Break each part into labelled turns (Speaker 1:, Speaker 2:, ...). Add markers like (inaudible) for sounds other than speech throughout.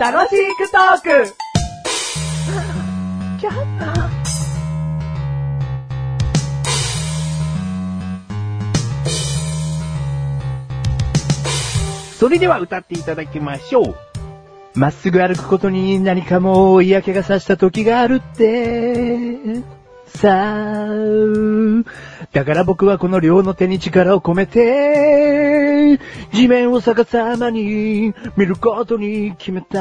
Speaker 1: 楽しくトーク
Speaker 2: それでは歌っていただきましょう。まっすぐ歩くことに何かもう嫌気がさした時があるって。さあ、だから僕はこの両の手に力を込めて、地面を逆さまに見ることに決めた。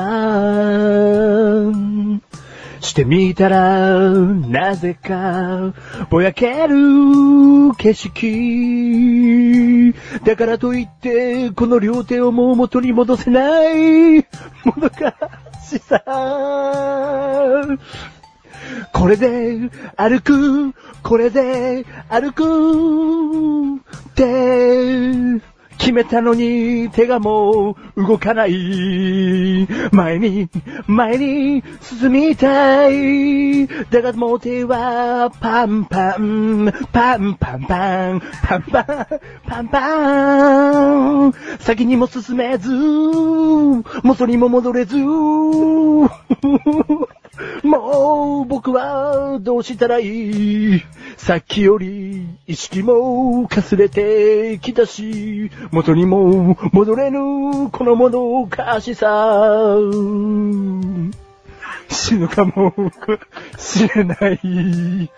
Speaker 2: してみたら、なぜか、ぼやける景色。だからといって、この両手をもう元に戻せない、もどかしさ。これで歩く、これで歩くって決めたのに手がもう動かない。前に、前に進みたい。だがもう手はパンパン、パンパンパン、パンパン、パンパン。先にも進めず、元にも戻れず。もう僕はどうしたらいいさっきより意識もかすれてきたし、元にも戻れぬこのものかしさ。死ぬかもしれない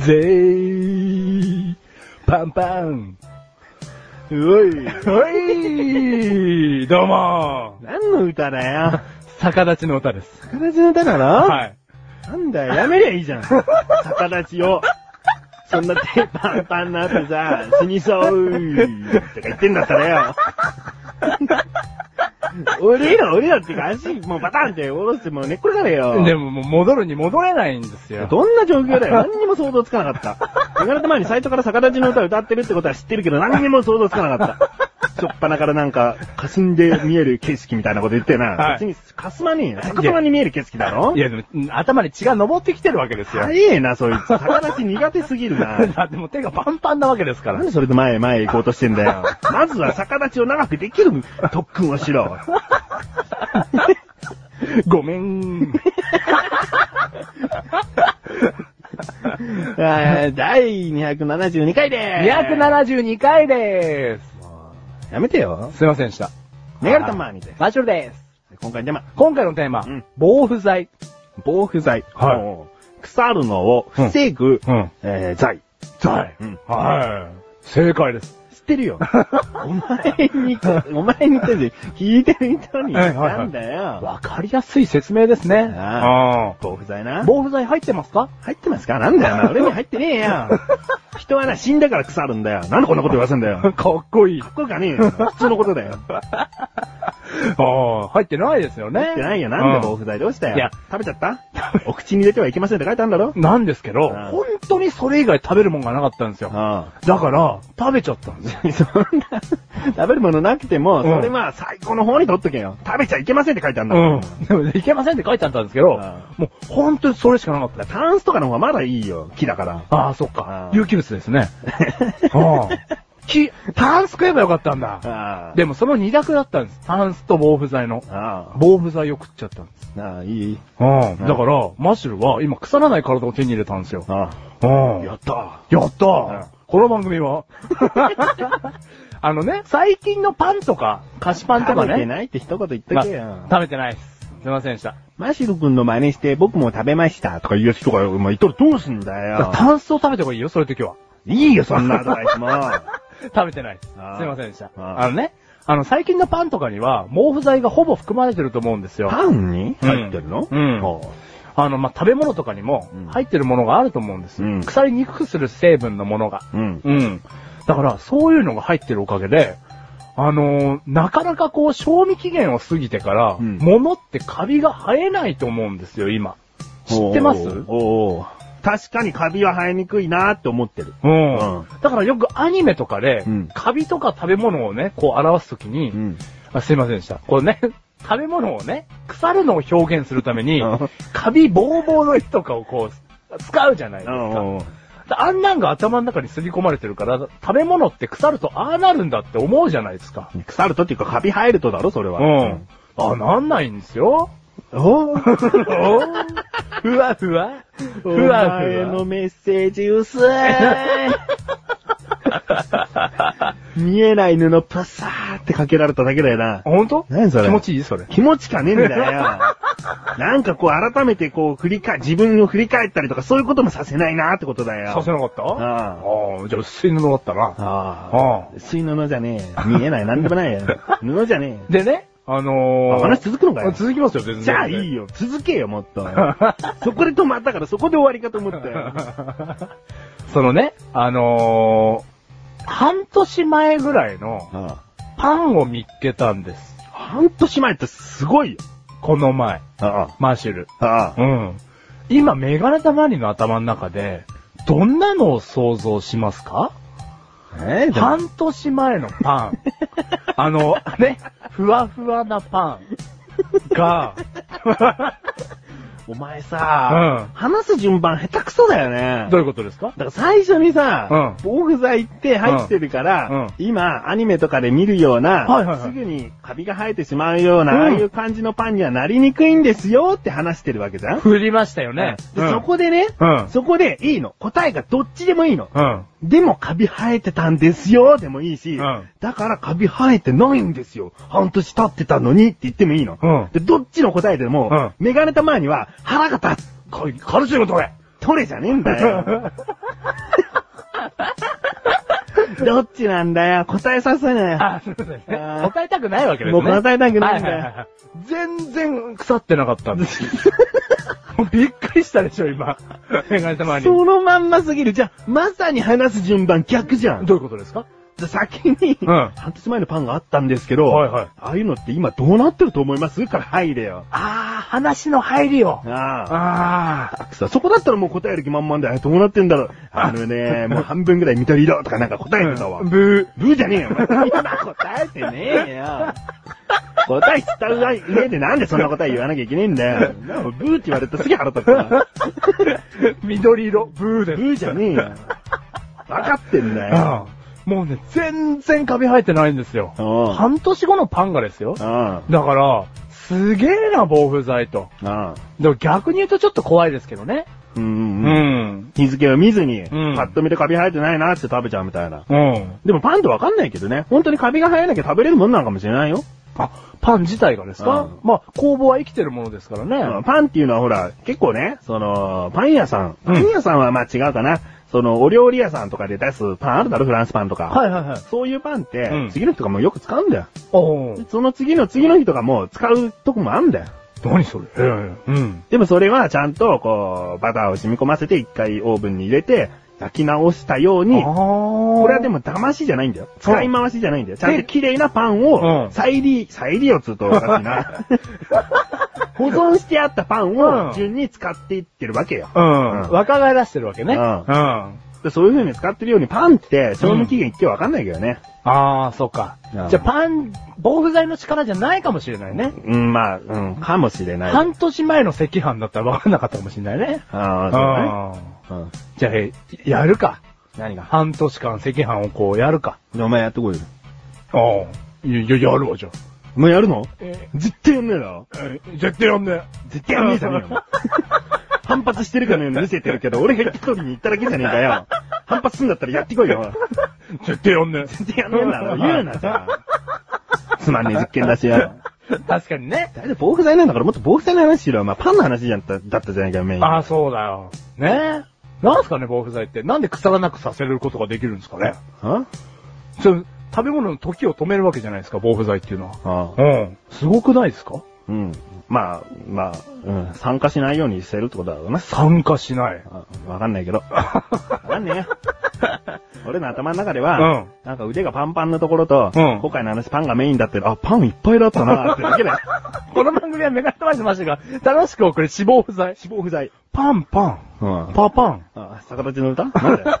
Speaker 2: ぜ。パンパン。
Speaker 3: おい。
Speaker 2: おい
Speaker 3: どうも
Speaker 2: 何の歌だよ。
Speaker 3: 逆立ちの歌です。
Speaker 2: 逆立ちの歌なの
Speaker 3: (laughs) はい。
Speaker 2: なんだよ、やめりゃいいじゃん。逆立ちを。そんな手パンパンなってさ、死にそう、とか言ってんだったらよ。俺ら、俺らっていうか足、もうバタンって下ろして、もう寝っ転がれよ。
Speaker 3: でももう戻るに戻れないんですよ。
Speaker 2: どんな状況だよ。何にも想像つかなかった。言われた前にサイトから逆立ちの歌を歌ってるってことは知ってるけど、何にも想像つかなかった。しょっぱなからなんか、霞んで見える景色みたいなこと言ってな。
Speaker 3: はい
Speaker 2: 別に、かすまねえよ。逆さまに見える景色だろ
Speaker 3: いやでも、頭に血が昇ってきてるわけですよ。 (laughs)
Speaker 2: 早えな、そいつ。逆立ち苦手すぎるな。
Speaker 3: だってもう手がパンパンなわけですか
Speaker 2: な
Speaker 3: ら
Speaker 2: ん。でそれで前へ前へ行こうとしてんだよ。まずは逆立ちを長くできる特訓をしろ。
Speaker 3: ごめ
Speaker 2: (laughs)
Speaker 3: ん。
Speaker 2: 第272回でー
Speaker 3: 272回でー
Speaker 2: す。やめてよ。
Speaker 3: す。すいませんでした。
Speaker 2: メガネたまーにて。
Speaker 3: マシュルです。
Speaker 2: 今回でま、
Speaker 3: 今回のテーマ、
Speaker 2: うん
Speaker 3: 防腐剤。
Speaker 2: 防腐剤。
Speaker 3: はい
Speaker 2: い。腐るのを防ぐ、
Speaker 3: うん。
Speaker 2: えー、剤。
Speaker 3: 剤。
Speaker 2: うん
Speaker 3: はい。正解です。
Speaker 2: 知ってるよ。お前に、お前に言ってんじゃん聞いてる人に言ったんだよ。
Speaker 3: わかりやすい説明ですね。
Speaker 2: あ
Speaker 3: あ
Speaker 2: 防腐剤
Speaker 3: あ
Speaker 2: な。
Speaker 3: 防腐剤入ってますか (laughs)
Speaker 2: 入ってますかなんだよな。俺に入ってねえよ。人はな、死んだから腐るんだよ。なんでこんなこと言わせんだよ。かっ
Speaker 3: かっこいい。あ
Speaker 2: こよくはねえよ。普通のことだよ。
Speaker 3: あ、入ってないですよね。
Speaker 2: 入ってないよ。なんで
Speaker 3: う
Speaker 2: 防腐剤どうしたよ。
Speaker 3: いや
Speaker 2: 食べちゃったお口に入れてはいけませんって書いてあるんだろ
Speaker 3: なんですけど、
Speaker 2: うん
Speaker 3: 本当にそれ以外食べるもんがなかったんですよ。
Speaker 2: あ
Speaker 3: だから、食べちゃったんですよ。
Speaker 2: あ。 (laughs) そんな、食べるものなくても、
Speaker 3: ん
Speaker 2: それは最高の方に取っとけよ。食べちゃいけませんって書いてあるんだから。
Speaker 3: うん。でも、いけませんって書いてあったんですけど、
Speaker 2: うん
Speaker 3: もう本当にそれしかなかったです。
Speaker 2: タンスとかの方がまだいいよ。木だから。 (laughs)
Speaker 3: ああ、そっ
Speaker 2: う
Speaker 3: か
Speaker 2: ん。
Speaker 3: 有機物です
Speaker 2: (laughs)
Speaker 3: ね。うん。き、タンス食えばよかったんだ。
Speaker 2: ああ。
Speaker 3: でもその二択だったんです。タンスと防腐剤の。
Speaker 2: あ
Speaker 3: 防腐剤を食っちゃったんです。
Speaker 2: あ。ああ、いい
Speaker 3: うん。
Speaker 2: うん
Speaker 3: だから、マッシュルは今腐らない体を手に入れたんですよ。
Speaker 2: あ
Speaker 3: うん。
Speaker 2: あ。
Speaker 3: や
Speaker 2: やった。
Speaker 3: った
Speaker 2: うん
Speaker 3: ーこの番組は (laughs) あのね、最近のパンとか、菓子パンとか
Speaker 2: 食べて
Speaker 3: ね。
Speaker 2: ないって一言言っと
Speaker 3: ま
Speaker 2: けよ。
Speaker 3: 食べてないです。すいませんでした。
Speaker 2: マシル君の真似して僕も食べましたとか言うやつとか、お前言ったらどうすんだ
Speaker 3: だから
Speaker 2: よ。
Speaker 3: タンスを食 (laughs) べた方がいいよ、そういう時は。 (laughs)
Speaker 2: いいよ、そんなアドバイスも。あ
Speaker 3: 食べてないです。すい
Speaker 2: あー
Speaker 3: ませんでした。
Speaker 2: あー
Speaker 3: あのね、あの、最近のパンとかには、毛布剤がほぼ含まれてると思うんですよ。
Speaker 2: パンに
Speaker 3: うん
Speaker 2: 入ってるの
Speaker 3: うん
Speaker 2: ほ
Speaker 3: あの、まあ、食べ物とかにも
Speaker 2: うん
Speaker 3: 入ってるものがあると思うんです。
Speaker 2: うん
Speaker 3: 腐りにくくする成分のものが。
Speaker 2: ううん。
Speaker 3: うん。だから、そういうのが入ってるおかげで、あのーなかなかこう、賞味期限を過ぎてから、
Speaker 2: うん
Speaker 3: 物ってカビが生えないと思うんですよ、今。知ってます
Speaker 2: おーおー確かにカビは生えにくいなーって思ってる。
Speaker 3: うん、
Speaker 2: うん
Speaker 3: だからよくアニメとかで、
Speaker 2: うん
Speaker 3: カビとか食べ物をね、こう表すときに、
Speaker 2: ん。
Speaker 3: あすいませんでした。これね、 (laughs) 食べ物をね、腐るのを表現するために
Speaker 2: うん、
Speaker 3: カビボーボーの絵とかをこう、使うじゃないですか。あんなんが頭の中に刷り込まれてるから、食べ物って腐るとああなるんだって思うじゃないですか。
Speaker 2: 腐るとっていうか、カビ生えるとだろ、それは。
Speaker 3: うん。あ、なんないんですよ。
Speaker 2: おー
Speaker 3: お (laughs) ーふわふわふ
Speaker 2: ふ
Speaker 3: わ
Speaker 2: わふわ。
Speaker 3: ふ
Speaker 2: の
Speaker 3: わ。
Speaker 2: メッセージ薄
Speaker 3: (laughs)
Speaker 2: い。見えない布パサーってかけられただけだよな。
Speaker 3: ほんと
Speaker 2: 何それ
Speaker 3: 気持ちいいそれ。
Speaker 2: 気持ちかねえんだ
Speaker 3: (laughs)
Speaker 2: よ。なんかこう改めてこう振り返、自分を振り返ったりとかそういうこともさせないなってことだよ。
Speaker 3: させなかった
Speaker 2: あ
Speaker 3: ああ、じゃあ薄い布だったな。
Speaker 2: ああ。水布じゃねえ。見えない。なんでもないよ。布じゃね
Speaker 3: (laughs) でね、あ
Speaker 2: え。
Speaker 3: のー、
Speaker 2: あ話続くのかよ。
Speaker 3: 続きますよ、全然。
Speaker 2: じゃあいい
Speaker 3: よ。
Speaker 2: よ。続けよ、もっと。 (laughs) そこで止まったからそこで終わりかと思ったよ。
Speaker 3: (laughs) そのね、あのー、半年前ぐらいの
Speaker 2: あ
Speaker 3: パンを見っけたんです。
Speaker 2: あ半年前ってすごいよ。
Speaker 3: この前、
Speaker 2: あ
Speaker 3: マッシュル。
Speaker 2: あ。ああ。
Speaker 3: うん。今、メガネたまりの頭の中で、どんなのを想像しますか
Speaker 2: えーでも
Speaker 3: 半年前の
Speaker 2: (laughs)
Speaker 3: パン。あの、ね、ふわふわなパンが、 (laughs)
Speaker 2: お前さ、
Speaker 3: うん
Speaker 2: 話す順番下手くそだよね。
Speaker 3: どういうことですか
Speaker 2: だから最初にさ、防腐剤って入ってるから、
Speaker 3: うんうん
Speaker 2: 今アニメとかで見るような、
Speaker 3: はいはいはい
Speaker 2: すぐにカビが生えてしまうような、
Speaker 3: うん
Speaker 2: ああいう感じのパンにはなりにくいんですよって話してるわけじゃん、
Speaker 3: 振りましたよね。
Speaker 2: で
Speaker 3: うん
Speaker 2: そこでね、
Speaker 3: うん
Speaker 2: そこでいいの。答えがどっちでもいいの。
Speaker 3: うん。
Speaker 2: でもカビ生えてたんですよでもいいし、
Speaker 3: うん
Speaker 2: だからカビ生えてないんですよ。半年経ってたのにって言ってもいいの。
Speaker 3: うん
Speaker 2: で、どっちの答えでも、メガネたまには腹が立つ。
Speaker 3: こい、カルシウム取れ
Speaker 2: 取れじゃねえん
Speaker 3: (laughs)
Speaker 2: だよ。どっちなんだよ。答えさせな
Speaker 3: あ、そうですね。
Speaker 2: あー
Speaker 3: 答えたくないわけ
Speaker 2: い。
Speaker 3: です
Speaker 2: も
Speaker 3: ね。
Speaker 2: う答えたくないん
Speaker 3: はは
Speaker 2: だ
Speaker 3: は
Speaker 2: よ。
Speaker 3: は全然腐ってなかったん
Speaker 2: (laughs)
Speaker 3: です。もうびっくりしたでしょ、今。メガネたまに。ど
Speaker 2: そのまんますぎる。じゃあ、まさに話す順番逆じゃん。
Speaker 3: ういうことですか
Speaker 2: 先に、
Speaker 3: うん
Speaker 2: 半年前のパンがあったんですけど、
Speaker 3: はいはい
Speaker 2: ああいうのって今どうなってると思いますから入れよ。
Speaker 3: あー、話の入りを。
Speaker 2: ああ。
Speaker 3: あー。
Speaker 2: くそそこだったらもう答える気満々で、あどうなってんだろう。あのね、もう半分ぐらい緑色とかなんか答えてたわ。
Speaker 3: ブ
Speaker 2: ブーじゃねえよ、お前。今答えてねえよ。答え知った上でなんでそんな答え言わなきゃいけねえんだよ。なんかブーって言われたらすげえ腹立つわ。
Speaker 3: ー。緑色、ブー
Speaker 2: ブ
Speaker 3: です。
Speaker 2: ーじゃねえよ。分かってんだよ。
Speaker 3: あーもうね、全然カビ生えてないんですよ。
Speaker 2: うん
Speaker 3: 半年後のパンがですよ。
Speaker 2: あ
Speaker 3: だから、すげえな、防腐剤と。
Speaker 2: あ。ああ。
Speaker 3: でも逆に言うとちょっと怖いですけどね。
Speaker 2: うん
Speaker 3: う
Speaker 2: うん。
Speaker 3: ん。
Speaker 2: 日付を見ずに、パ
Speaker 3: ん
Speaker 2: ッと見てカビ生えてないなって食べちゃうみたいな。
Speaker 3: うん。
Speaker 2: でもパンってわかんないけどね。本当にカビが生えなきゃ食べれるもんなのかもしれないよ。
Speaker 3: あ、パン自体がですか、
Speaker 2: うん
Speaker 3: まあ、工房は生きてるものですからね。
Speaker 2: うんパンっていうのはほら、結構ね、その、パン屋さん。
Speaker 3: うん
Speaker 2: パン屋さんはまあ違うかな。その、お料理屋さんとかで出すパンあるだろ、フランスパンとか。
Speaker 3: はいはいはい。
Speaker 2: そういうパンって、
Speaker 3: うん
Speaker 2: 次の日とかもよく使うんだよ。
Speaker 3: お
Speaker 2: その次の次の日とかも使うとこもあんだよ。
Speaker 3: 何それうん。
Speaker 2: でもそれはちゃんと、こう、バターを染み込ませて一回オーブンに入れて、焼き直したように、
Speaker 3: こ
Speaker 2: これはで、も騙しじゃないんだよ。使い回しじゃないんだよ。ちゃんと綺麗なパン
Speaker 3: う
Speaker 2: を、
Speaker 3: ん
Speaker 2: 再利、再利用つうとおかしい (laughs) な。保存してあったパン
Speaker 3: うん
Speaker 2: を順に使っていってるわけよ。
Speaker 3: うん。
Speaker 2: うん
Speaker 3: 若返らしてるわけね。
Speaker 2: うん
Speaker 3: あ
Speaker 2: でそういう風に使ってるようにパンって賞味期限一定わかんないけどね。
Speaker 3: あー、そうか
Speaker 2: う。ん
Speaker 3: じゃあ、パン、防腐剤の力じゃないかもしれないね。
Speaker 2: うん、まあ、うん、かもしれない。
Speaker 3: 半年前の赤飯だったら分かんなかったかもしれないね。
Speaker 2: あ
Speaker 3: あ
Speaker 2: あ、そうね。うん。
Speaker 3: ーじゃあ、えやるか。
Speaker 2: 何が
Speaker 3: 半年間赤飯をこうやるか。
Speaker 2: お前やってこいよ。
Speaker 3: ああ。いや、やるわ、じゃあ。
Speaker 2: お前やるの
Speaker 3: え、
Speaker 2: 絶対やんねえな。
Speaker 3: 絶対やんね
Speaker 2: 絶対やんねえじゃね (laughs) えよ。反発してるかのように見せてるけど、俺が言った通りに言っただけじゃねえかよ。反発すんだったらやってこいよ。
Speaker 3: (laughs) 絶対やんね
Speaker 2: 絶対やんねえんだろ。 (laughs) 言うな、じゃあ。つまんねえ実験だしよ。
Speaker 3: (laughs) 確かにね。
Speaker 2: 大体防腐剤なんだからもっと防腐剤の話しろよ。まあ、パンの話じゃんだだったじゃないかよ、メイン。
Speaker 3: ああ、そうだよ。ねえ。なんすかね、防腐剤って。なんで腐らなくさせることができるんですかね。
Speaker 2: あ
Speaker 3: それ食べ物の時を止めるわけじゃないですか、防腐剤っていうのは。
Speaker 2: あ
Speaker 3: う。ん。すごくないですか
Speaker 2: うん。まあ、まあ、うん。参加しないようにしてるってことだろうな。
Speaker 3: 酸化しない。
Speaker 2: あわかんないけど。わかんねえよ。俺の頭の中では、なんか腕がパンパンのところと、
Speaker 3: うん
Speaker 2: 今回の話パンがメインだって、あ、パンいっぱいだったなって
Speaker 3: (laughs)
Speaker 2: だけだよ。
Speaker 3: (laughs) この番組はメガネマジマシが、楽しく送る死亡不在。
Speaker 2: 脂肪不在。
Speaker 3: パンパン。
Speaker 2: うん。
Speaker 3: パパン。
Speaker 2: あ、逆立ちの歌なんだよ。